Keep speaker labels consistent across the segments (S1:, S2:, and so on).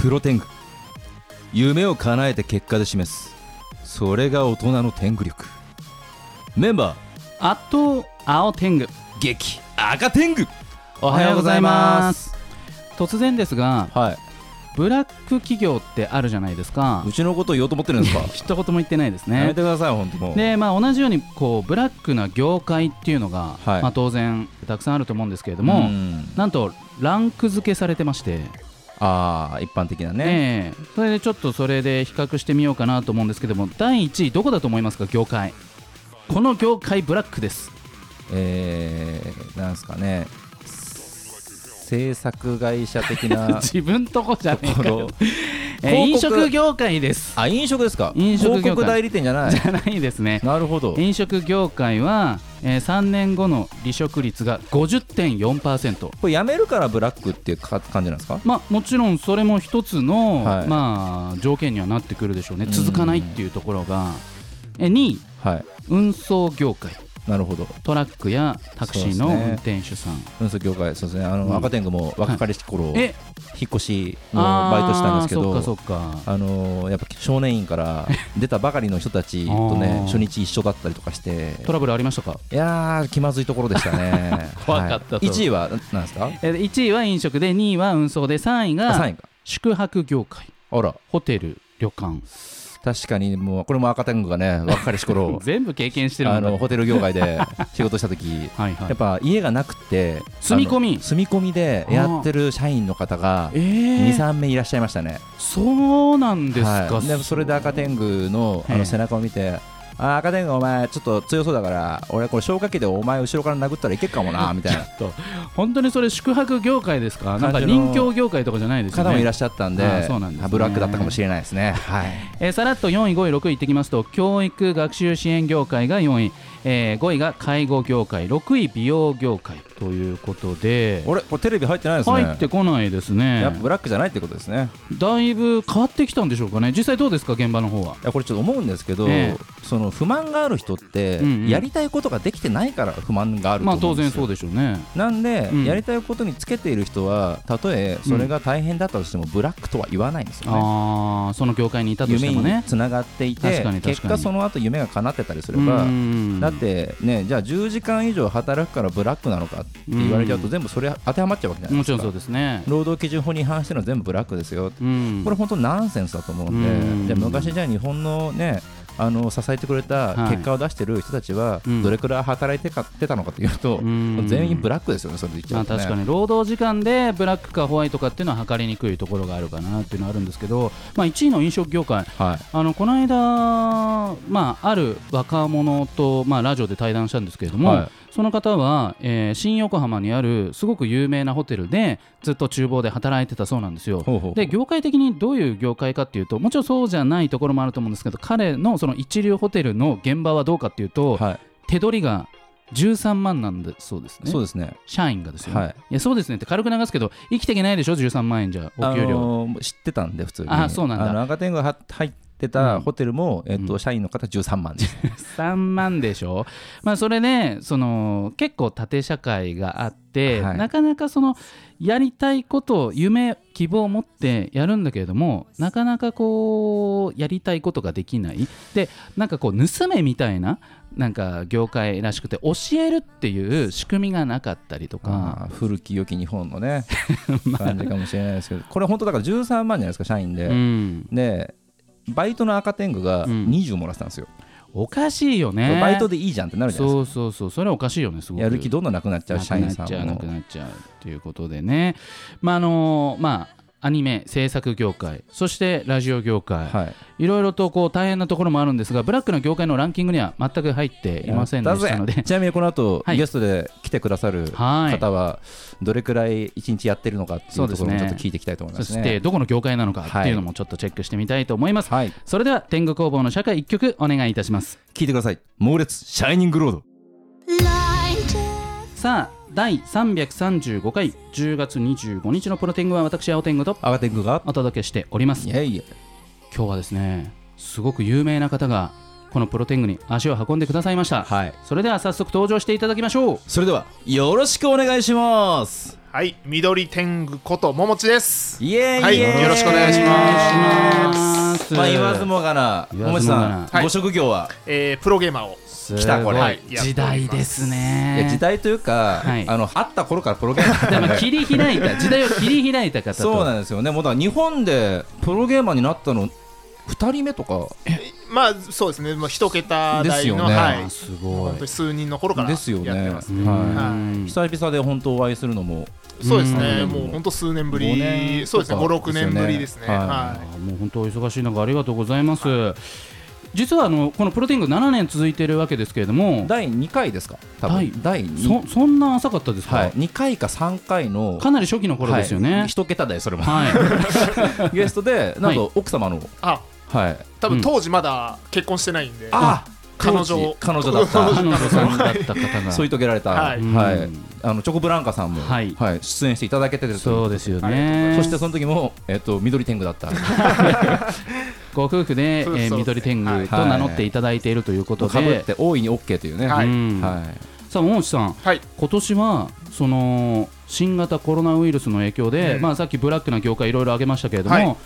S1: プロテング夢を叶えて結果で示すそれが大人の天狗力メンバー
S2: あと青天狗
S1: 激赤天狗お
S2: お
S1: はようございます
S2: 突然ですが
S1: はい
S2: ブラック企業ってあるじゃないですか
S1: うちのことを言おうと思ってるんですか
S2: 一言も言ってないです
S1: やめてく
S2: ね
S1: ださい本当もう
S2: でまあ同じようにこうブラックな業界っていうのが、
S1: はい
S2: まあ、当然たくさんあると思うんですけれど
S1: う
S2: も、
S1: ん
S2: なんとランク付けされてまして、
S1: ああ一般的なね
S2: ねえそれでちょっとそれで比較してみようかなと思うんですけども第1位どこだと思いますか業界この業界ブラックです
S1: えー、なんですかね制作会社的な
S2: 自分と こじゃねえ
S1: とこ
S2: か
S1: ろ
S2: よ、えー飲
S1: 広告
S2: 食業界です
S1: あ飲食ですか
S2: 飲食業界
S1: 広告代理店じゃない
S2: じゃないですね
S1: なるほど
S2: 飲食業界は、えー3年後の離職率が50.4%
S1: これやめるからブラックっていうか感じなんですか
S2: まあもちろんそれも一つの、
S1: はい
S2: まあ、条件にはなってくるでしょうね
S1: うん
S2: 続かないっていうところが、えー2位
S1: はい
S2: 運送業界
S1: なるほど
S2: トラックやタクシーの運転手さん、
S1: 運送業界そうですねあの、
S2: うん
S1: 赤天狗も若かりし頃、
S2: え
S1: 引っ越しのバイトしたんですけ
S2: あーそ
S1: ど
S2: っかそっか
S1: あのーやっぱ少年院から出たばかりの人たちと
S2: あ
S1: ね
S2: ー
S1: 初日一緒だったりとかして
S2: トラブルありましたか
S1: いやー気まずいところでしたね
S2: 怖かったと
S1: 1位は何ですか
S2: えー1位は飲食で2位は運送で3
S1: 3
S2: 位が
S1: 位か
S2: 宿泊業界
S1: あら
S2: ホテル旅館
S1: 確かにもうこれも赤天狗が ね若かりし頃
S2: 全部経験してる
S1: あ
S2: んだ
S1: のホテル業界で仕事した時
S2: はいはい
S1: やっぱ家がなくて
S2: 住み込み
S1: あの住み込みでやってる社員の方が
S2: えー、
S1: 23名いらっしゃいましたね
S2: そうなんですか、
S1: はい、でそれで赤天狗のあ
S2: ええ
S1: の背中を見て「あー赤天狗お前ちょっと強そうだから俺これ消火器でお前後ろから殴ったらいけっかもな」みたいな
S2: 本当にそれ宿泊業界ですかなんか
S1: 感じの
S2: 人形業界とかじゃないですよ
S1: 方もいら
S2: ね
S1: っしゃったんで
S2: あーそうなんですね
S1: あブラックだったかもしれないですね。はい、
S2: えーさらっと4位5位6位いってきますと教育学習支援業界が4位、え5位が介護業界6位美容業界ということで
S1: 俺これテレビ入ってないですね。
S2: 入ってこないですね
S1: やっぱブラックじゃないってことですね。
S2: だいぶ変わってきたんでしょうかね実際どうですか現場の方はい
S1: やこれちょっと思うんですけど、
S2: ええ
S1: その不満がある人って、
S2: うんうん
S1: やりたいことができてないから不満があると
S2: まあ
S1: 思う
S2: 当
S1: んで
S2: 然
S1: すよ。
S2: そうでしょうね
S1: なんで、
S2: うん
S1: やりたいことにつけている人はたとえそれが大変だったとしても、ブラックとは言わないんですよね。
S2: ああその業界にいたとして
S1: 夢
S2: も
S1: に
S2: ね
S1: つながってい
S2: 確
S1: て
S2: かに確かに
S1: 結果その後夢が叶ってたりすれば
S2: うん
S1: だってねじゃあ10時間以上働くからブラックなのかって言われちゃうと
S2: うん
S1: 全部それ当てはまっちゃうわけじゃない
S2: も
S1: で
S2: ち
S1: す
S2: ろん
S1: か
S2: そうですね
S1: 労働基準法に違反してるのは全部ブラックですよ
S2: うん
S1: これ本当ナンセンスだと思う
S2: うんん
S1: でじゃあ昔じゃあ日本のねあの支えてくれた
S2: はい
S1: 結果を出してる人たちは
S2: うん
S1: どれくらい働いてかってたのかというと
S2: うん
S1: 全員ブラックですよねそれで言っち
S2: ま
S1: ゃ
S2: あ、
S1: うと
S2: 確か
S1: ね
S2: に労働時間でブラックかホワイトかっていうのは測りにくいところがあるかなっていうのはあるんですけど、まあ、1位の飲食業界
S1: はい
S2: あのこの間、まあ、ある若者と、まあ、ラジオで対談したんですけれども、
S1: はい
S2: その方は、えー新横浜にあるすごく有名なホテルでずっと厨房で働いてたそうなんですよ。
S1: ほうほう
S2: で業界的にどういう業界かっていうともちろんそうじゃないところもあると思うんですけど彼のその一流ホテルの現場はどうかっていうと、
S1: はい
S2: 手取りが13万なんでそうですね
S1: そうですね
S2: 社員がですよ、ね
S1: はい
S2: い、やそうですねって軽く流すけど生きていけないでしょ13万円じゃお給
S1: あ
S2: 料、
S1: のー知ってたんで普通に
S2: あそうなんだ
S1: あの赤天狗が入って
S2: う
S1: た
S2: ん
S1: ホテルも、えっ
S2: う
S1: と、
S2: ん
S1: 社員の方13万です、
S2: 3万でしょ、まあ、それねその結構縦社会があって、
S1: はい
S2: なかなかそのやりたいことを夢希望を持ってやるんだけれどもなかなかこうやりたいことができないでなんかこう盗めみたいななんか業界らしくて教えるっていう仕組みがなかったりとか。
S1: あー古き良き日本の ね感じかもしれないですけどこれ本当だから13万じゃないですか社員で、
S2: うん、
S1: でバイトの赤天狗が
S2: うん
S1: 20もらってたんですよ、
S2: おかしいよね
S1: バイトでいいじゃんってなるじゃないですか
S2: そうそうそうそれはおかしいよねすごく
S1: やる気どんどんなくなっちゃう社員さん
S2: な
S1: も
S2: くなっちゃうなくなっちゃうということでねまああのまあアニメ制作業界そしてラジオ業界、
S1: はい
S2: い、ろいろとこう大変なところもあるんですがブラックな業界のランキングには全く入っていませんでしたの
S1: やったぜ
S2: で
S1: ちなみにこの後、
S2: はい
S1: ゲストで来てくださる
S2: はい
S1: 方はどれくらい一日やってるのかっていうところもちょっと聞いていきたいと思い
S2: そ
S1: ます
S2: し
S1: ね
S2: てどこの業界なのかっていうのもちょっとチェックしてみたいと思います、
S1: はい
S2: それでは天狗工房の社会一曲お願いいたします
S1: 聞いてください猛烈シャイニングロード
S2: さあ第335回10月25日のプロ天狗は私青天狗と
S1: 赤天狗が
S2: お届けしております
S1: いやいや
S2: 今日はですねすごく有名な方がこのプロテングに足を運んでくださいました、
S1: はい
S2: それでは早速登場していただきましょう
S1: それではよろしくお願いします
S3: はい緑天狗こと桃地です
S1: イエーイ、
S3: はい
S1: イエーイ
S3: よろしくお願いします
S1: まあ言わずもがな
S2: 言わ
S1: 桃
S2: ず
S1: 地
S2: もがな
S1: さん、
S3: はい
S1: ご職業は
S3: えー、プロゲーマーを
S1: 来たこれ
S3: はい
S2: 時代ですね
S1: いや時代というか、
S2: はい
S1: あの会った頃からプロゲーマー
S2: でも切り開い た時代を切り開いた方と
S1: そうなんですよねもうだから日本でプロゲーマーになったの2人目とか
S3: まあそうですねもう一桁
S1: です
S3: 台
S1: よ
S3: の、
S1: ね
S3: はい
S2: すごい
S3: 本当に数人の頃からや
S1: で
S3: っ
S1: す
S3: て
S1: よね
S3: ます、
S2: うーん
S1: 久々で本当お会いするのも
S3: そうですね、
S1: うん
S3: もう本当数年ぶ
S1: 五
S3: り、
S1: 年
S3: そうですね、
S1: と
S3: 5、
S1: か
S3: 6
S1: ですよね
S3: 年ぶりですね。
S1: はい
S3: は
S2: あーもう本当お忙しい中ありがとうございます実はあのこのプロテイング7年続いているわけですけれども
S1: 第2回ですか多分第2
S2: そそんな浅かったですか、
S1: はい、2回か3回の
S2: かなり初期の頃ですよ
S1: はい
S2: ね
S1: 一桁台それも
S2: は い、
S1: ゲストでなん
S2: は
S1: と奥様の
S3: あ、
S1: はい
S3: 多
S2: うん
S3: 分当時まだ結婚してないんで、
S1: あ
S3: 彼
S1: 当時
S3: 女、
S1: 彼女だった
S2: 彼女さんだった方が
S1: 添い遂げられたは
S3: はいい
S2: うん
S1: あのチョコブランカさんも
S2: はい
S1: はい出演していただけてる
S2: そうですよね
S1: そしてその時もえっと緑天狗だった
S2: ご夫婦で、え
S3: そうですそ
S2: ー、
S3: うです
S2: 緑天狗と
S1: はい
S2: 名乗っていただいているということ
S1: かぶっ
S2: で、
S1: て大いに OK というね
S3: はいう
S1: い
S2: んさあ大内さん
S3: はい、
S2: 今年はその新型コロナウイルスの影響で、
S3: うん
S2: まあ、さっきブラックな業界いろいろ挙げましたけれども、
S3: はい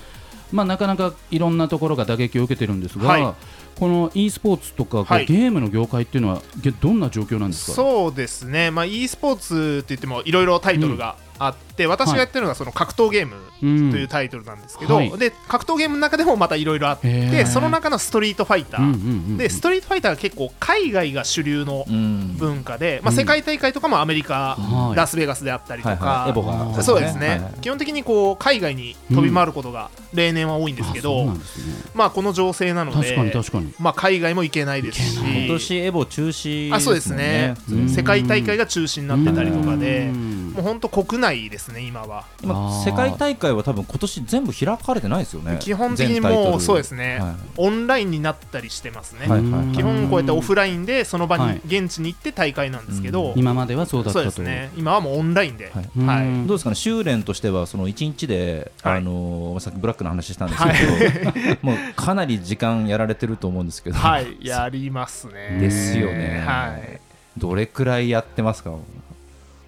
S2: まあ、なかなかいろんなところが打撃を受けてるんですが、
S3: はい
S2: この e スポーツとか、こう
S3: はい
S2: ゲームの業界っていうのはげどんな状況なんですか
S3: そうですね、まあ、e スポーツって言っても、いろいろタイトルがあって、私がやってるのはその格闘ゲーム
S2: う
S3: と
S2: ん
S3: いうタイトルなんですけど、
S2: はい
S3: で格闘ゲームの中でもまたいろいろあっ
S2: へー
S3: て、その中のストリートファイター、
S2: うんうんうんうん
S3: でストリートファイターは結構、海外が主流の
S1: うん
S3: 文化で、まあ、
S2: うん
S3: 世界大会とかもアメリカ、
S2: はい
S3: ラスベガスであったりと
S1: はいは
S3: か
S1: いエ。ボが
S3: そうですね、
S1: はい
S3: 基本的にこう海外に飛び回ることが例年は多いんですけ
S2: あそ
S3: ど、
S2: うなんですね
S3: まあこの情勢なの
S2: 確
S3: で
S2: かに確かに
S3: まあ、海外も行けないですし
S1: 今年エボ中止
S3: あそうですね
S1: もん
S2: うん
S3: 世界大会が中止になってたりとかで
S2: うん
S3: もう本当国内ですね今は
S1: 今
S2: あー
S1: 世界大会は多分今年全部開かれてないですよね
S3: 基本的に
S1: 全タイト
S3: も
S1: ル
S3: うそうですね、
S1: は
S3: オンラインになったりしてますね、
S1: はいはい
S3: 基本こうやってオフラインでその場
S2: は
S3: に
S2: い
S3: 現地に行って大会なんですけど、
S2: 今まではそうだっ
S3: そうで
S2: た
S3: す
S2: と
S3: ね今はもうオンラインで、
S1: はい
S2: うん
S3: はい
S1: どうですかね修練としてはその1日で、
S3: はい
S1: あのーさっきブラックの話したんですけど、 もうかなり時間やられてると思うんですけど、
S3: はい、やりますね。
S1: ですよね
S3: はい。
S1: どれくらいやってますか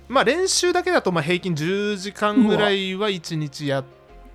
S3: まあ練習だけだとまあ平均10時間ぐらいは1日やっ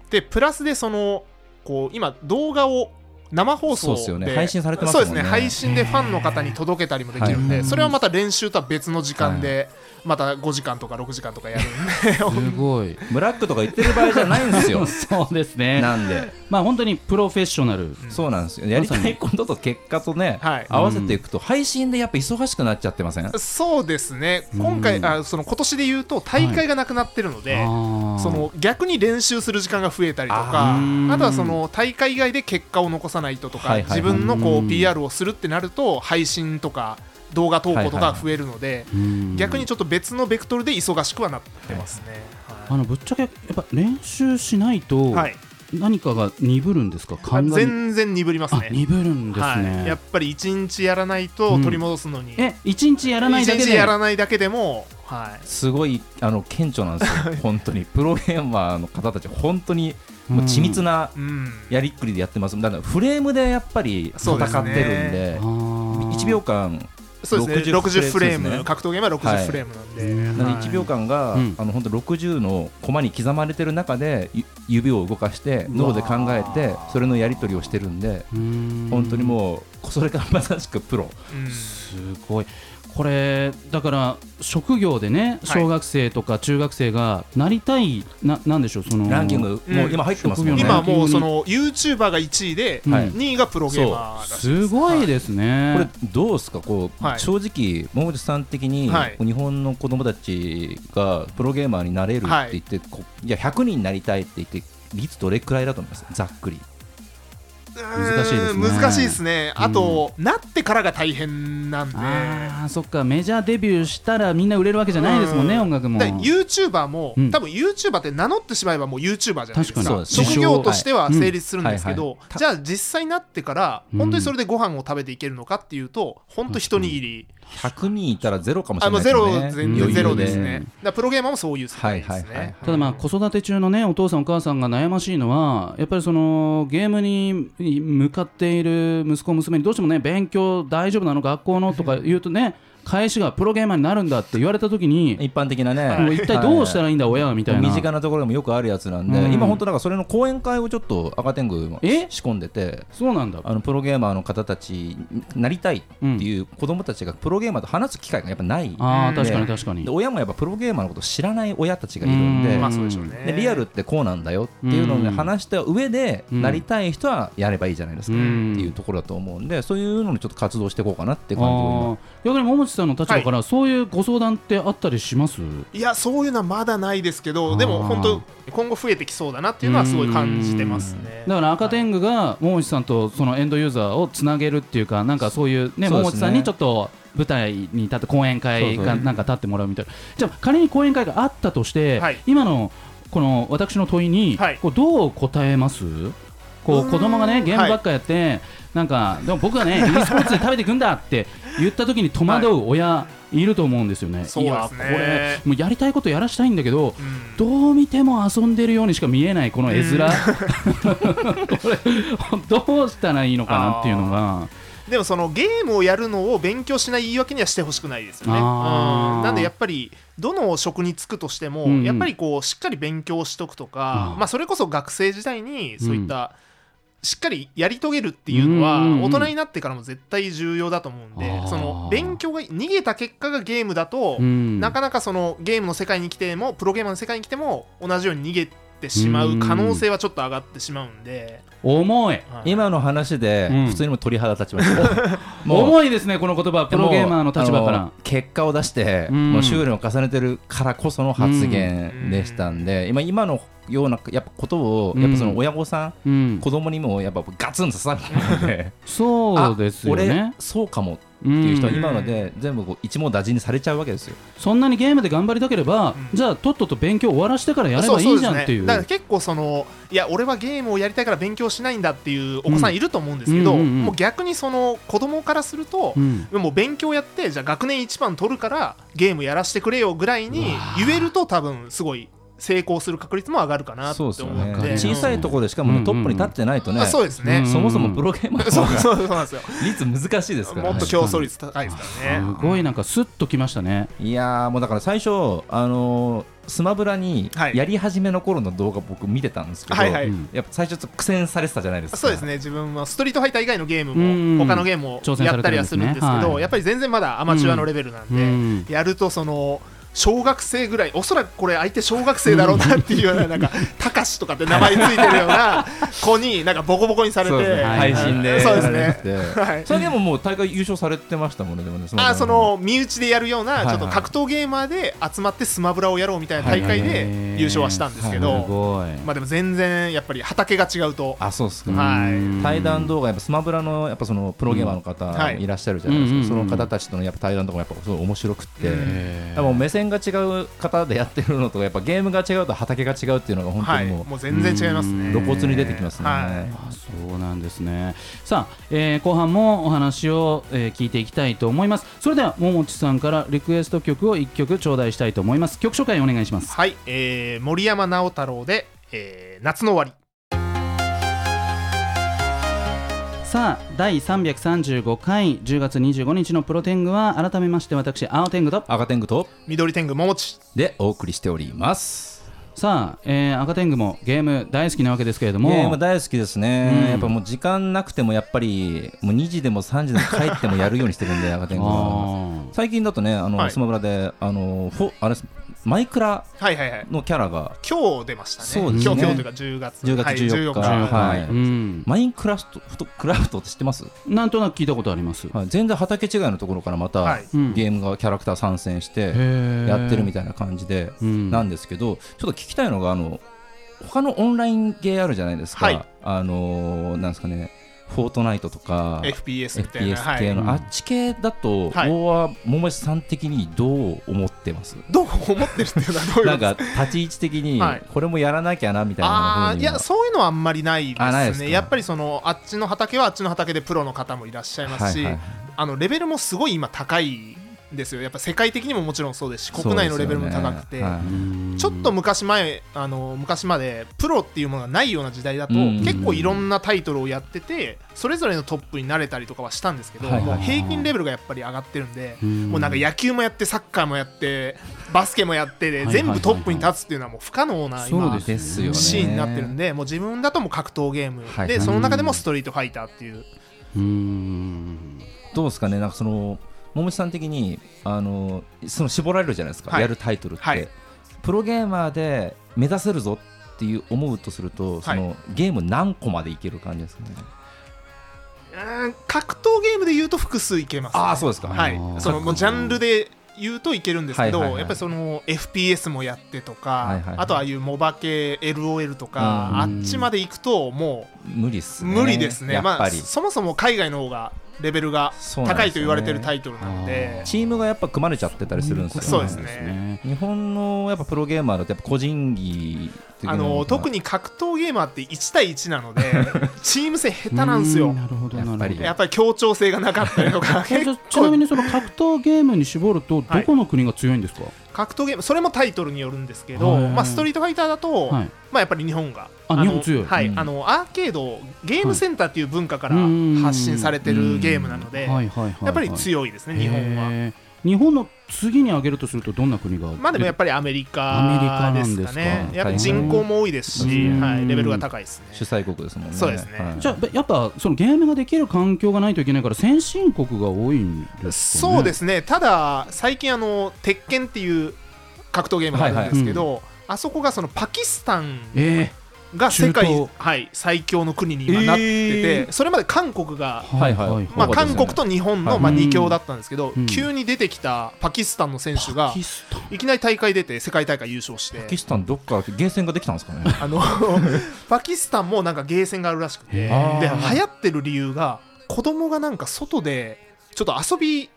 S3: てプラスでそのこう今動画を生放送
S1: そう
S3: で
S1: ですよね配信されてます
S3: そ
S1: も
S3: うん
S1: ね
S3: ですね配信でファンの方に届けたりもできるんで、
S2: はい
S3: それはまた練習とは別の時間で、また5時間とか6時間とかやるんで
S2: すごい
S1: ブラックとか言ってる場合じゃないんですよ
S2: そうですね
S1: なんで
S2: まあ本当にプロフェッショナル
S1: そうなんですよやりたいことと結果とね、
S3: はい
S1: 合わせていくと配信でやっぱ忙しくなっちゃってません、
S3: そうですね今
S2: う
S3: 回
S2: ん
S3: あその今年で言うと大会がなくなってるので、そ
S2: そ
S3: の逆に練習する時間が増えたりとか
S2: あー
S3: あとはその大会以外で結果を残さないととか、
S1: はいはいは
S3: 自
S1: い
S3: 分のこ
S2: う
S3: うん PR をするってなると配信とか動画投稿とかが増えるので、逆にちょっと別のベクトルで忙しくはなってますね。はい
S2: あのぶっちゃけやっぱ練習しないと
S3: はい
S2: 何かが鈍るんですか
S3: あ
S2: 考え
S3: 全然鈍ります
S2: あ
S3: ね。
S2: 鈍るんです
S3: はい、やっ
S2: ね
S3: ぱり1日やらないと取り戻すのに、
S2: え一日やらないだけ
S3: 1日
S2: で
S3: やらないだけでも、はい、
S1: すごいあの顕著なんですよ本当にプロゲーマーの方たち本当にもう緻密な
S3: うん、
S1: やりっくりでやってますだからフレームでやっぱり戦ってるん
S3: そうです
S1: で
S2: あー
S1: 1秒間
S3: そうですね60
S1: 60
S3: フレーム
S1: そうですね
S3: 格闘ゲームは
S1: はい
S3: 60フレームなんで、
S1: な
S3: はい
S1: ので1秒間が、
S2: うん
S1: あの本当60のコマに刻まれてる中でゆ指を動かして
S2: うわ
S1: 脳
S2: ー
S1: で考えてそれのやり取りをしてるんで
S2: うーん
S1: 本当にもうそれがまさしくプロ
S3: うん
S2: すごいこれだから職業でね
S3: はい
S2: 小学生とか中学生がなりたいななんでしょうその
S1: ランキング、
S3: うん
S1: もう今入ってますもんね
S3: 今もうその YouTuber が1位で、
S2: うん
S1: はい
S3: 2位がプロゲーマーらしいです
S2: ごいです
S1: これ
S2: ね
S1: どうですかこう、
S3: はい
S1: 正直桃地さん的に、
S3: はい
S1: こう日本の子供たちがプロゲーマーになれるって言って、こういや100人になりたいって言って率どれくらいだと思いますざっくり
S3: 難
S2: しいですね
S3: 難しいですねあと、なってからが大変なんで
S2: あーそっかメジャーデビューしたらみんな売れるわけじゃないですもんね
S3: うん
S2: 音楽も
S3: だから YouTuber も、
S2: うん
S3: 多分 YouTuber って名乗ってしまえばもう YouTuber じゃないですか
S2: 確か
S1: にそうです
S3: 職業としては
S2: 自称
S3: 成立するんですけど、
S1: はい
S3: じゃあ実際になってから
S2: うん
S3: 本当にそれでご飯を食べていけるのかっていうと本当一握り、
S1: 100人いたらゼロかもし
S3: あ
S1: れな
S3: も
S1: い
S3: ゼロ
S1: うですね
S3: 全
S2: 余裕
S3: 然
S2: で
S3: ゼロですねだからプロゲーマーもそういう世
S1: は
S3: 界
S1: い
S3: ですね、
S1: はいはい
S2: ただまあ子育て中のねお父さんお母さんが悩ましいのはやっぱりそのゲームに向かっている息子娘にどうしてもね勉強大丈夫なの学校のとか言うとね返しがプロゲーマーになるんだって言われた時に
S1: 一般的なね、
S2: もう一体どうしたらいいんだ親はみたいな
S1: 身近なところでもよくあるやつなんで、
S2: うん
S1: 今本当なんかそれの講演会をちょっと赤天狗も
S2: え
S1: 仕込んでて
S2: そうなんだ
S1: あのプロゲーマーの方たちになりたいっていう子供たちがプロゲーマーと話す機会がやっぱない
S2: ああ
S3: うん
S2: 確かに確かに
S1: で親もやっぱプロゲーマーのことを知らない親たちがいるんで,、
S2: うん
S3: まあそうでしょうね
S1: でリアルってこうなんだよっていうのを、ね
S2: うん
S1: 話した上で、
S2: うん
S1: なりたい人はやればいいじゃないですか、
S2: うん
S1: っていうところだと思うんでそういうのにちょっと活動していこうかなって
S2: あ
S1: 感じを
S2: ー逆に桃地さんの立場からそういうご相談ってあったりします
S3: いやそういうのはまだないですけ
S2: あー
S3: どでも本当今後増えてきそうだなっていうのはすごい感じてますね
S2: だから赤天狗が桃地さんとそのエンドユーザーをつなげるっていうかなんかそういう
S1: そう
S2: ね
S1: ですね
S2: 桃地さんにちょっと舞台に立って講演会
S1: そう
S2: が
S1: そう
S2: なんか立ってもらうみたいなじゃあ仮に講演会があったとして、
S3: はい
S2: 今のこの私の問いに、
S3: はい
S2: こうどう答えますこ
S3: うー
S2: うん子供がねゲームばっかやって、なんかでも僕がね e スポーツで食べていくんだって言った時に戸惑う親いると思うんですよね。
S3: そう
S2: い
S3: で
S2: や
S3: す
S2: こ
S3: ね
S2: れもうやりたいことやらしたいんだけど、
S3: うん
S2: どう見ても遊んでるようにしか見えない この絵面、これどうしたらいいのかなっていうのが
S3: でもそのゲームをやるのを勉強しない言い訳にはしてほしくないですよね。う
S2: あー
S3: んなんでやっぱりどの職に就くとしても、
S2: うんうん
S3: やっぱりこうしっかり勉強しとくとか、
S2: うん
S3: まあ、それこそ学生時代にそういった、しっかりやり遂げるっていうのは
S2: うんうんうん
S3: 大人になってからも絶対重要だと思うんで、
S2: あー
S3: その勉強が逃げた結果がゲームだと、
S2: うん
S3: なかなかそのゲームの世界に来てもプロゲーマーの世界に来ても同じように逃げてしまう可能性はちょっと上がってしまうんで、
S2: 重い
S3: はい
S1: 今の話で
S2: うん
S1: 普通にも鳥肌立ちました、
S2: 重いですねこの言葉プロゲーマーの立場か
S1: あ
S2: ら
S1: の結果を出して、
S2: うん
S1: もう修練を重ねてるからこその発言でしたんで、今今のようなやっぱことを、
S2: うん
S1: やっぱその親御さん
S2: うん
S1: 子供にもやっぱガツンと刺さるので
S2: そう ですよ
S1: 俺
S2: ね
S1: そうかもって
S2: う
S1: いう人は
S2: ん
S1: 今ので全部こう一網打尽にされちゃうわけですよ、
S2: そんなにゲームで頑張りたければ
S3: うん
S2: じゃあとっとと勉強終わらしてからやればいいじゃんってい
S3: そうそうですね
S2: う
S3: だから結構そのいや俺はゲームをやりたいから勉強しないんだっていうお子さんいると思うんですけど、
S2: うんうんうんうん
S3: もう逆にその子供からすると
S2: う、ん
S3: もう勉強やってじゃあ学年一番取るからゲームやらせてくれよぐらいに言えると多分すごい成功する確率も上がるかなって
S1: そ
S3: 思
S1: うですよ
S3: うんで
S1: ね小さいところでしかも
S2: うん
S1: うトップに立ってないとね、
S3: あそうですね、
S2: うん
S1: そもそもプロゲーマー
S3: そう
S1: の
S3: そうそうなんですよ
S1: 率難しいですから、ね、
S3: もっと競争率高いですからね
S2: すごいなんかスッときましたね
S1: いやーもうだから最初あのースマブラに
S3: はい
S1: やり始めの頃の動画僕見てたんですけど、
S3: はいはい
S2: うん
S1: やっぱ最初ちょっと苦戦されてたじゃないですか
S3: そうですね自分はストリートファイター以外のゲーム
S2: うん
S3: も他のゲームを
S2: 挑戦さ
S3: やっ
S2: れ
S3: てた
S2: る
S3: り
S2: ん
S3: は
S2: です
S3: す
S2: ね
S3: るんですけど、
S2: はい
S3: やっぱり全然まだアマチュアのレベルなんで、
S2: うん
S3: やるとその小学生ぐらいおそらくこれ相手小学生だろうなっていうようななんか「たかし」とかって名前ついてるような子になんかボコボコにされて
S1: そうですね
S2: はい
S1: 配信で
S3: そうですね
S1: ね
S3: はい
S1: それでももう大会優勝されてましたもんねでもね
S3: あーそ
S1: の
S3: の身内でやるよう
S1: は
S3: な
S1: いは
S3: ち
S1: い
S3: ょっと格闘ゲーマーで集まってスマブラをやろうみたいな大会
S2: はい
S3: で優勝はしたんですけ
S1: は
S2: す
S3: ど
S2: ごい
S3: まあでも全然やっぱり畑が違うと
S1: あそうっすか、
S3: はい
S2: うん
S1: 対談動画やっぱスマブラのやっぱそのプロゲーマーの方
S3: んはい
S1: いらっしゃるじゃないですか、
S2: うんうんうん
S1: その方たちとのやっぱ対談とかもやっぱすごい面白くって、
S3: うん
S2: へー
S1: でも目線が違う方でやってるのとやっぱゲームが違うと畑が違うっていうのが本当
S3: は
S1: に
S3: い
S1: もう
S3: もう全然違います
S2: う
S3: ね
S2: ん
S1: 露骨に出てきますね、
S3: はい
S2: あそうなんですねさあ、えー後半もお話を、えー聞いていきたいと思いますそれでは桃地さんからリクエスト曲を1曲頂戴したいと思います曲紹介お願いします
S3: はい、えー森山直太朗で、えー夏の終わり。
S2: さあ第335回10月25日のプロテングは改めまして私青天狗と
S1: 赤天狗と
S3: 緑天狗ももち。
S1: でお送りしております
S2: さあ、えー赤天狗もゲーム大好きなわけですけれども
S1: ゲーム大好きですね、
S2: うん
S1: やっぱもう時間なくてもやっぱりもう2時でも3時でも帰ってもやるようにしてるんで赤天狗は
S2: あ
S1: 最近だとねあの、
S3: はい
S1: スマブラであのフォあれマイクラ
S3: はいはいはい。
S1: のキャラが
S3: 今日出ましたね。
S1: そうです
S2: ね
S3: 今日今日というか10月
S1: 10月
S3: はい
S1: 14日
S2: あ、
S1: はい
S2: うん、
S1: マインクラフトフトクラフトって知ってます、
S2: なんとなく聞いたことあります、
S1: はい、全然畑違いのところからまた、
S3: はい
S2: うん
S1: ゲームがキャラクター参戦して
S2: や
S1: やってるみたいな感じで
S2: うん
S1: なんですけど、ちょっと聞きたいのがあの他のオンラインゲーあるじゃないですか、
S3: はい
S1: あのーなんですかねフォートナイトとか
S3: FPS みたいな。
S1: FPS
S3: は
S1: 系
S3: い。
S1: の、
S2: は
S1: あ
S2: い
S1: っち系だと、
S3: はい
S1: 大和桃地さん的にどう思ってます
S3: どう思ってるっていうのはどういうこと
S1: なんか立ち位置的に
S3: はい
S1: これもやらなきゃなみたいな
S3: あ
S1: 風
S3: ー
S1: に
S3: いやそういうのはあんまりないです
S1: あないですか
S3: ね、やっぱりそのあっちの畑はあっちの畑でプロの方もいらっしゃいますし、
S1: はいはい
S3: あのレベルもすごい今高いですよやっぱ世界的にももちろんそうですし国内のレベルも高くて、
S1: そうですよねはい
S2: うん
S3: ちょっと昔前あの昔までプロっていうものがないような時代だと、
S1: うん
S3: 結構いろんなタイトルをやっててそれぞれのトップになれたりとかはしたんですけど、
S1: はいはいはい
S3: もう平均レベルがやっぱり上がってるんで、
S2: うん
S3: もうなんか野球もやってサッカーもやってバスケもやってで
S2: はいはいはい
S3: 全部トップに立つっていうのはもう不可能な
S2: そう
S3: 今
S2: です
S1: ですよね
S3: シーンになってるんでもう自分だともう格闘ゲーム、
S1: はい
S3: でその中でもストリートファイターっていう
S2: うん
S1: どうですかねなんかその桃地さん的にあのその絞られるじゃないですか、
S3: はい
S1: やるタイトルって、
S3: はい
S1: プロゲーマーで目指せるぞっていう思うとするとその、ゲーム何個までいける感じですかね
S3: うん格闘ゲームで言うと複数いけます、
S1: ああそうですか、
S3: は
S2: あ
S3: い
S2: ー、
S3: そのもうジャンルで言うといけるんですけど、
S1: はいはいはい
S3: やっぱりその FPS もやってとか、
S1: はいはいはい
S3: あとああいうモバ系 LOL とか、
S1: うん
S3: あっちまで行くとも
S1: 無理っす
S3: う
S1: ね
S3: 無理ですね
S1: やっ
S3: ま
S1: ぱ
S3: あ、
S1: り、
S3: そもそも海外の方がレベルが
S1: そうなんで
S3: 高
S1: すよね
S3: いと言われてるタイトルなので
S1: チームがやっぱ組まれちゃってたりするんですよ
S3: そうですね
S1: 日本のやっぱプロゲーマーだとやっぱ個人技的な
S3: あの特
S1: に
S3: に格闘ゲーマーって1対1なの でチーム戦下手なんです
S2: う
S3: よ
S2: なるほど
S1: やっ
S2: なるほど
S1: ぱり
S3: やっぱり協調性がなかったりとか結
S2: えじゃあ
S3: 構
S2: ちなみにその格闘ゲームに絞ると
S3: は
S2: ど
S3: い
S2: この国が強いんですか、
S3: 格闘ゲームそれもタイトルによるんですけど、
S2: はい
S3: まあ、ストリートファイターだと、
S2: はい
S3: まあ、やっぱり日本が
S2: あ
S3: の
S2: 日本強い
S3: はい
S1: うん
S3: あのアーケードゲームセンターっていう文化から
S2: うん
S3: 発信されてるゲームなので、
S2: はいはいはいはい
S3: やっぱり強いですね、日本は。
S2: へー日本の次に上げるとするとどんな国が
S3: まあでもやっぱりアメリ
S2: ア
S3: カ
S2: メ
S3: で
S2: リカなん
S3: す
S2: で
S3: か
S2: すか
S3: ね、やっぱり人口も多いですし、
S2: うん
S3: はい、レベルが高いですね。
S1: 主催国ですもんね
S3: そうですね
S1: はい
S2: じゃあやっぱそのゲームができる環境がないといけないから先進国が多いんですかね
S3: そうですね、ただ、最近あの、鉄拳っていう格闘ゲームがあるんですけど、あそこがそのパキスタン
S2: え
S3: が世
S2: 中
S3: 界
S2: 東、
S3: はい、最強の国に今なってて、
S2: え
S3: それまで韓国が
S2: ー
S1: はいは
S3: まあ、
S1: いそうです
S3: 韓
S1: ね
S3: 国と日本
S1: は
S3: の
S1: い
S3: まあ2強だったんですけど、
S2: うん
S3: 急に出てきたパキスタンの選手
S2: パ
S3: が
S2: キスタン
S3: いきなり大会出て世界大会優勝し
S1: パキ
S3: て
S1: スタンどっかゲーセンができたんですかね
S3: あ のパキスタンもなんかゲーセンがあるらしくて
S2: へ
S3: で流
S2: ー
S3: 行ってる理由が子供がなんか外でちょっと遊び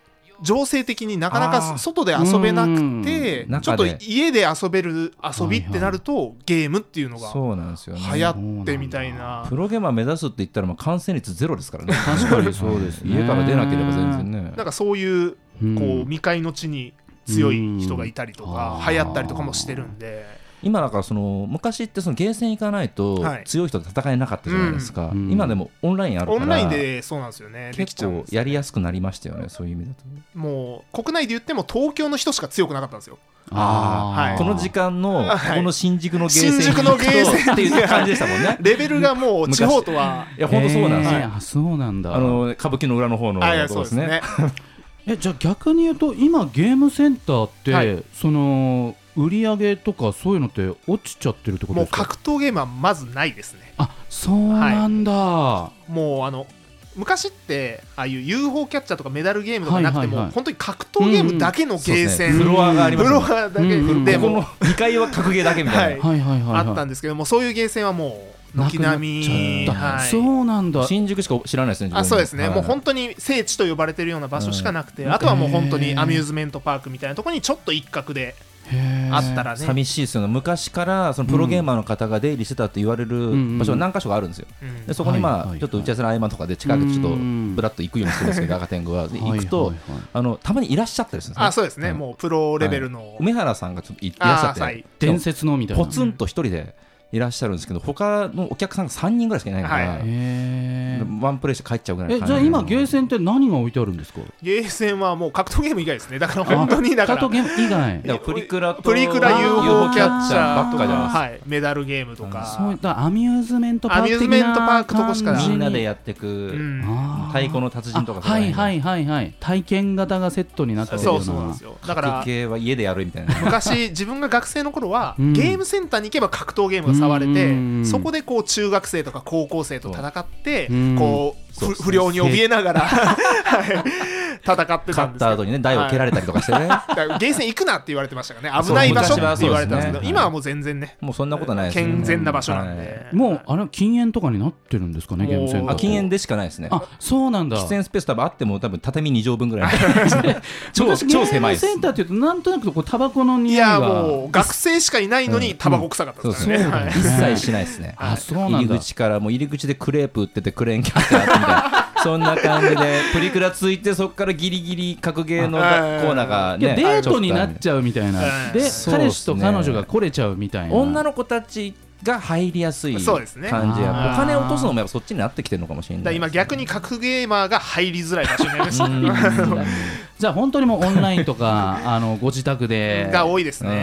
S3: 情勢的になかな
S1: あー
S3: か外で遊べなくて
S1: うん
S3: ちょっと
S1: 中で
S3: 家で遊べる遊びってなるとゲームっていうのが
S1: そうなんですよね
S3: 流行ってみたいな
S1: プロゲーマー目指すって言ったらまあ感染率ゼロですからね
S2: 確かにそうですね
S1: 家から出なければ全然ね
S3: なんかそういう
S2: うん
S3: こう未開の地に強い人がいたりと
S2: う
S3: か
S2: ん
S3: 流行ったりとかもしてるんで。
S1: 今だからその昔ってそのゲーセン行かないと
S3: はい
S1: 強い人と戦えなかったじゃないですか、
S2: うんうん
S1: 今でもオンラインあるから
S3: オンラインでそうなんですよねでき
S1: 結
S3: ちゃうん
S1: 構
S3: です
S1: やりやすくなりましたよねそういう意味だと
S3: もう国内で言っても東京の人しか強くなかったんですよ
S2: あー
S3: はい
S1: この時間の
S3: あはい
S1: この新宿のゲーセンに
S3: 新宿のゲーセン
S1: 行くとっていう感じでしたもんね
S3: レベルが もう
S1: 昔
S3: 地方とは
S1: いや本当そうなんですよ、
S2: へーあそうなんだ
S1: あの歌舞伎の裏の方の
S3: あいや
S1: と
S3: そ
S1: こ
S3: うですね
S2: えじゃあ逆に言うと今ゲームセンターって、
S3: はい
S2: その売り上げとかそういうのって落ちちゃってるってこと
S3: も
S2: で
S3: う
S2: すか
S3: 格闘ゲームはまずないですね
S2: あそうなんだ、
S3: もうあの昔ってああいう UFO キャッチャーとかメダルゲームとかなくて
S2: はいはい
S3: も
S2: はい
S3: 本当に格闘ゲームだけのゲーセン、
S1: フ
S2: そうですね
S1: ロアがありま
S3: フ
S1: す
S3: ロ
S1: もん
S3: アだけ
S2: うんうん
S3: で
S1: ここ
S3: も
S1: の
S3: う
S1: 2階は格ゲーだけみたいな、
S3: はい
S2: はいはいはい、はい、
S3: あったんですけどもそういうゲーセンはもう
S2: な
S3: 軒
S2: くなっ
S3: 並み
S2: ちゃった
S3: はい
S2: そうなんだ
S1: 新宿しか知らないですね自分
S3: あそうですね、
S1: はい
S3: もう本当に聖地と呼ばれてるような場所しかなくて、
S2: うん
S3: あとはもう本当
S2: へ
S3: に
S2: ー
S3: アミューズメントパークみたいなところにちょっと一角であ
S2: あ
S3: ったらね、
S1: 寂しいですよね昔からそのプロゲーマーの方が出入りしてたって言われる場所が何か所があるんですよ
S3: うん
S1: でそこに
S2: はい
S1: ま
S2: はいは
S1: あ
S2: い
S1: ちょっと打ち合わせの合間とかで近くちょっと
S2: うん
S1: ぶらっと行くようにしてるんですけど赤天狗はで行くとあのたまにいらっしゃったりするんですね
S3: あそうですね、
S1: うん
S3: もうプロレベルの、
S1: 梅原さんがちょっといいらっしゃっ
S3: あーは
S1: て
S3: い
S2: 伝説のみたいな
S1: ポツンと一人でいらっしゃるんですけど他のお客さんが3人ぐらいしかいないか
S3: は
S1: ら
S2: へえ
S1: ワンプレイして帰っちゃうぐらいの
S2: え
S1: 感
S2: じゃあ今ゲー
S1: ン
S2: センって何が置いてあるんですか
S3: ゲーセンはもう格闘ゲーム以外ですねだから本当にだか
S2: カート
S3: ら
S2: ゲーム 以
S1: だ
S2: 外
S1: からプリクラと
S3: プリクラ
S2: あー
S3: UFO キャッチャー
S1: ばっ
S3: と
S1: か
S3: か
S1: じゃないですか
S3: はい、メダルゲームとか
S2: そういったアミューズメントパーク的な
S3: アミューズメントパークとこしか
S2: 感じに
S1: みんなでやってく
S3: うん
S2: あー
S1: 太鼓の達人とか
S2: あはいはいいはいはい体験型がセットになってるよ
S3: そうう
S2: な
S3: そうなんですよだか
S1: 格
S3: ら
S1: ゲーは家でやるみたいな
S3: 昔自分が学生の頃は、
S2: うん
S3: ゲームセンターに行けば格闘ゲームが触れて、
S2: うん
S3: そこでこう中学生とか高校生と戦って、
S2: うん
S3: こうふ
S1: そうそう
S3: 不良に怯えながら、はい戦ってた
S1: 勝
S3: ん
S1: っ
S3: ですけど
S1: た後にね台を蹴られたりとかしてね
S3: はいだからゲーセン行くなって言われてましたからね危ない場所って言われてたんですけど
S1: そう昔はそうですね
S3: 今はもう全然ね
S1: もうそんなことはないですよね
S3: 健全な場所なんで、
S2: もうあれは禁煙とかになってるんですかね
S3: もう
S2: ゲームセンター
S1: あ禁煙でしかないですね。
S2: あそうなんだ
S1: 喫煙スペース多分あっても多分畳2畳分ぐらい。超
S2: 昔
S1: 超狭い
S2: ゲーム
S1: です
S2: セン。ターっていうとなんとなくこうタバコの匂
S3: い
S2: いが
S3: やもう学生しかいないの
S1: う
S3: に
S1: ん
S3: タバコ臭かった
S1: そう
S3: で
S1: ですす
S3: からね、
S1: ね
S2: そうだ
S3: はい
S1: 一切しないですね。
S2: あそうな
S1: 入り
S2: んだ
S1: 口からもう入り口でクレープ売っててクレーンキャッチャーみたいなそんな感じでプリクラついてそこからギリギリ格ゲーのコーナーが
S2: いや
S1: ね
S2: デートになっちゃうみたいな、
S3: はい
S2: で、
S1: そうっすね
S2: 彼氏と彼女が来れちゃうみたいな
S1: 女の子たちが入りやすい
S3: そう
S1: 感
S3: で
S1: じ
S3: す
S1: や
S3: ね
S1: っぱ
S2: あー
S1: お金落とすのもやっぱそっちになってきてるのかもし れ
S3: だか
S1: な
S3: ら
S1: い
S3: 今逆に格ゲーマーが入りづらい場所になりまし
S1: う
S3: た
S1: ん
S3: ね
S2: じゃあ本当にもうオンラインとか あのご自宅で
S3: が多いです
S2: やって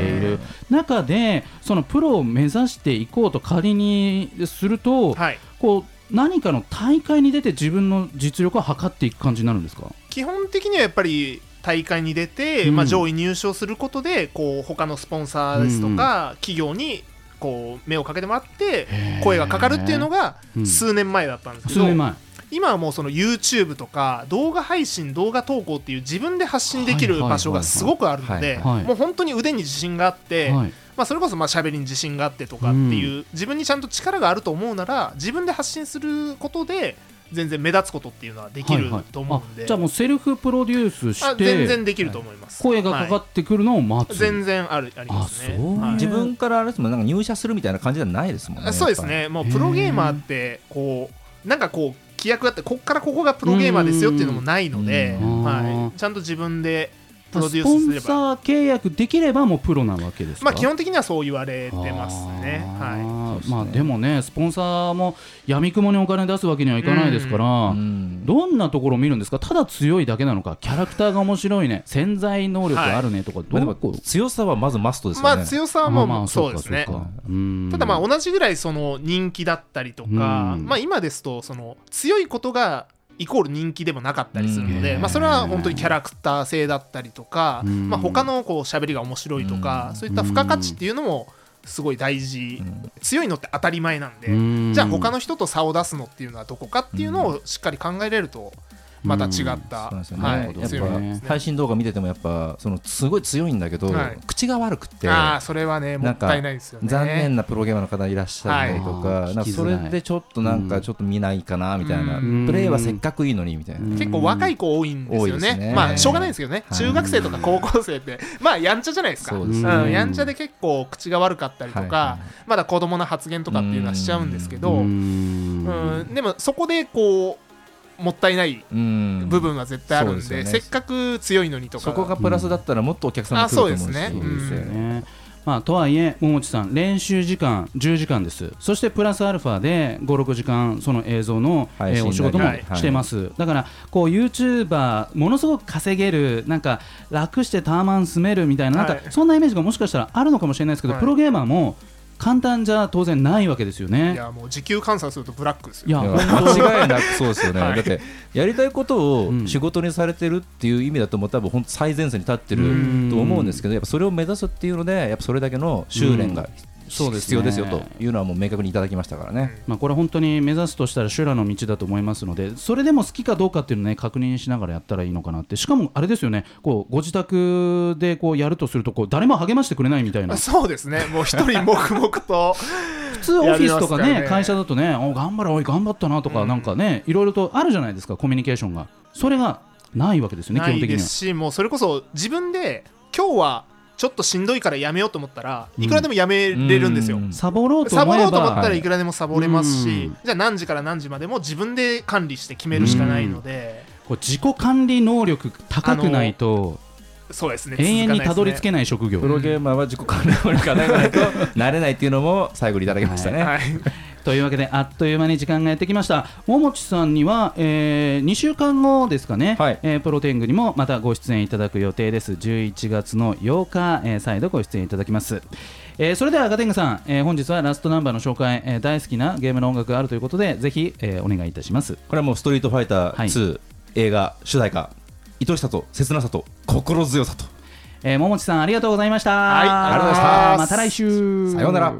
S3: ね。
S2: いる中でそのプロを目指していこうと仮にすると、
S3: はい、
S2: こう何かの大会に出て自分の実力を測っていく感じになるんですか
S3: 基本的にはやっぱり大会に出て、
S2: うん
S3: まあ、上位入賞することでこう他のスポンサーですとか、企業にこう目をかけてもらって
S2: へー
S3: 声がかかるっていうのが
S2: うん
S3: 数年前だったんですけ
S2: 数
S3: ど、
S2: 年前
S3: 今はもうその YouTube とか動画配信動画投稿っていう自分で発信できる場所がすごくあるの
S1: はいはい
S3: で
S1: はい
S2: はいはい
S3: もう本当に腕に自信があって、
S2: はい
S3: まあ、それこそまあ喋りに自信があってとかっていう、自分にちゃんと力があると思うなら自分で発信することで全然目立つことっていうのはできる
S2: はいはい
S3: と思うんで、
S2: あじゃあもうセルフプロデュース
S3: あ
S2: して
S3: 全然できると思います、
S2: 声がかか
S3: は
S2: ってくるのを待
S3: い
S2: つ、
S3: 全然あるありますね
S2: あそう
S3: はい
S1: 自分からあれですもんなんか入社するみたいな感じじゃないですもんね
S3: あそうですねもうプロゲーマーってこうなんかこう規約があってこっからここがプロゲーマーですよっていうのもないので、
S2: うん
S3: はい、ちゃんと自分でプロデュ
S2: スポ
S3: ースす
S2: ン
S3: れ
S2: サ
S3: ば
S2: ー契約できればもうプロなわけですか
S3: まあ基本的にはそう言われてますね
S2: あー
S3: は
S1: そうですね
S2: まあでもねスポンサーもやみくもにお金出すわけにはいかないですから、
S1: うん
S2: どんなところを見るんですかただ強いだけなのかキャラクターが面白いね潜在能力あるねとか、
S1: まあで
S2: ど
S1: も
S2: こ
S1: 強さはまずマストで
S3: い
S1: す
S3: ま
S1: よ
S3: あ
S1: ね
S3: 強さはもう、
S2: まあまあ
S3: そうですね
S2: かそうかうん
S3: ただまあ同じぐらいその人気だったりとか、
S2: うん
S3: まあ今ですとその強いことがイコール人気でもなかったりするので、
S2: うん
S3: まあ、それは本当にキャラクター性だったりとか、
S2: うん
S3: まあ、他のこう喋りが面白いとか、
S1: うん
S3: そういった付加価値っていうのもすごい大事、
S1: うん
S3: 強いのって当たり前なんで、
S2: うん
S3: じゃあ他の人と差を出すのっていうのはどこかっていうのをしっかり考えれるとまた違った、
S1: そう
S3: は
S1: なん
S3: い、
S1: です
S3: 強み
S1: よ
S3: なん
S1: ね
S3: で
S1: やっ
S3: す
S1: ぱ
S3: ね。
S1: 配信動画見ててもやっぱそのすごい強いんだけど
S3: はい
S1: 口が悪くて
S3: ああそれはねも
S1: なん
S3: っ
S1: か
S3: たいないですよね。
S1: 残念なプロゲーマーの方いらっしゃったりとか,、
S2: はい
S1: なんかそれでちょっとなん
S2: う
S1: か
S2: ん
S1: ちょっと見ないかなみたいな、
S2: うん
S1: プレイはせっかくいいのにみたいな、
S2: うん
S3: 結構若い子多いんですよ
S1: 多
S3: ね
S1: いですね
S3: まあしょうがないんですけどね、
S1: はい
S3: 中学生とか高校生ってまあやんちゃじゃないですか
S1: そう
S2: ですね
S3: ん、やんちゃで結構口が悪かったりとか、
S1: はいは
S3: まだ子供の発言とかっていうのはしちゃうんですけど、うん
S2: ん
S3: でもそこでこうもったいない
S1: うん
S3: 部分は絶対あるんで,、
S1: そうですよ
S3: せ
S1: ね
S3: っかく強いのにとか
S1: そこがプラスだったらもっとお客さんが来ると思うし、
S3: うんあそうですねうん
S1: そうですよね
S2: ねまあ、とはいえ、桃地さん、練習時間10時間です、そしてプラスアルファで5、6時間、その映像の、
S1: 配
S2: えー
S1: 信
S2: お仕事も
S3: なり
S2: してます、だからこう、YouTuber、ものすごく稼げる、なんか楽してターマン住めるみたいな、なん
S3: はい
S2: かそんなイメージがもしかしたらあるのかもしれないですけど、
S3: はい
S2: プロゲーマーも簡単じゃ当然ないわけですよ
S3: い
S2: ね。
S3: やもう時給換算するとブラックです
S2: い
S3: よ
S2: や、
S1: いや
S2: 本当に
S1: 間違いなくそうですよね、
S3: はい
S1: だってやりたいこと
S2: う
S1: を
S2: ん
S1: 仕事にされてるっていう意味だともう多分本当最前線に立ってる
S2: うん
S1: と思うんですけどやっぱそれを目指すっていうのでやっぱそれだけの修練
S2: うん
S1: が
S2: そうですね
S1: 必要ですよというのはもう明確にいただきましたからね。
S2: まあ、これ本当に目指すとしたら修羅の道だと思いますのでそれでも好きかどうかっていうのをね確認しながらやったらいいのかなってしかもあれですよねこうご自宅でこうやるとするとこう誰も励ましてくれないみ たいな普
S3: そうですねもう一人黙々と
S2: 通オフ
S3: や
S2: ィスとか
S3: ります
S2: ね
S3: からね
S2: 会社だとねお頑張れおい頑張ったなとか、
S3: うん
S2: なんかねいろいろとあるじゃないですかコミュニケーションがそれがないわけですよね基
S3: な
S2: 本
S3: い
S2: 的
S3: で
S2: には
S3: すしもうそれこそ自分で今日はちょっとしんどいからやめようと思ったらいくらでもやめれるんですよ、
S1: うん
S2: サボろうと
S3: サボ
S2: 思
S3: ろ
S2: え
S3: うと思っ
S2: ば
S3: たらいくらでもサボれますし、
S2: うん
S3: じゃあ何時から何時までも自分で管理して決めるしかないので、
S2: こう自己管理能力高くないと
S3: そうですね
S2: 永遠にたどり着
S3: け
S2: けない職業
S1: プロゲーマーは自己管理能力がないとなれないっていうのも最後にいただきましたね。
S3: はい、
S2: というわけであっという間に時間がやってきました桃地さんには、え2週間後ですかね、
S1: はい
S2: えープロテングにもまたご出演いただく予定です11月の8日、えー再度ご出演いただきます、えーそれではガテングさん、えー本日はラストナンバーの紹介、えー大好きなゲームの音楽があるということでぜひ、えーお願いいたします
S1: これはもうストリートファイター2、映画主題歌愛しさと切なさと心強さと
S2: えー桃地さんありがとうございました、
S3: はいありがとうございます
S2: また来週
S1: さようなら